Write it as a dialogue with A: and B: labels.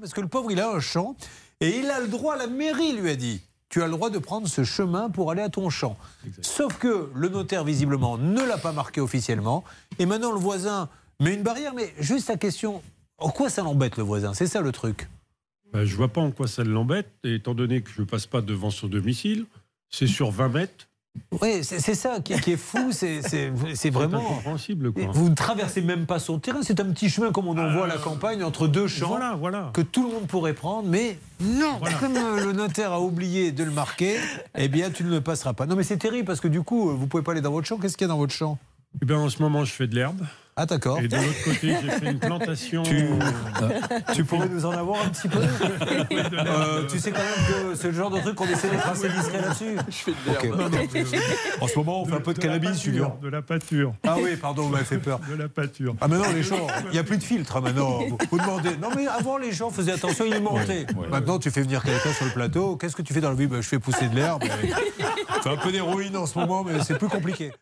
A: parce que le pauvre, il a un champ et il a le droit, la mairie lui a dit, tu as le droit de prendre ce chemin pour aller à ton champ. Sauf que le notaire, visiblement, ne l'a pas marqué officiellement. Et maintenant, le voisin met une barrière. Mais juste la question, en quoi ça l'embête, le voisin C'est ça le truc.
B: Bah, je vois pas en quoi ça l'embête, étant donné que je ne passe pas devant son domicile. C'est sur 20 mètres.
A: Oui, c'est c'est ça qui, qui est fou, c'est- c'est c'est
B: C'est
A: vraiment...
B: incompréhensible, quoi.
A: Vous ne traversez même pas son terrain, c'est un petit chemin comme on en voit à la campagne, entre deux champs,
B: Voilà, voilà.
A: que tout le monde pourrait prendre, mais non, comme euh, le notaire a oublié de le marquer, eh bien tu ne le passeras pas. Non mais c'est terrible, parce que du coup, euh, vous pouvez pas aller dans votre champ, qu'est-ce qu'il y a dans votre champ
B: Eh ben, en ce moment, je fais de l'herbe.
A: Ah d'accord.
B: Et de l'autre côté, j'ai fait une plantation.
A: Tu-
B: euh,
A: Tu pourrais nous en avoir un petit peu Euh, Tu sais quand même que c'est le genre de truc qu'on essaie d'être assez discret là-dessus.
C: Je fais de l'herbe.
A: Ok. En ce moment, on fait un peu de
B: la
A: cannabis,
B: pâture,
A: Julien.
B: De la pâture.
A: Ah oui, pardon, vous m'avez fait peur.
B: De la pâture.
A: Ah maintenant les gens, il n'y a plus de filtre hein, maintenant. Vous, vous demandez. Non mais avant les gens faisaient attention, ils mentaient. Maintenant tu fais venir quelqu'un sur le plateau. Bah, Qu'est-ce que tu fais dans la vie Ben, Je fais pousser de l'herbe. C'est un peu d'héroïne en ce moment, mais c'est plus compliqué.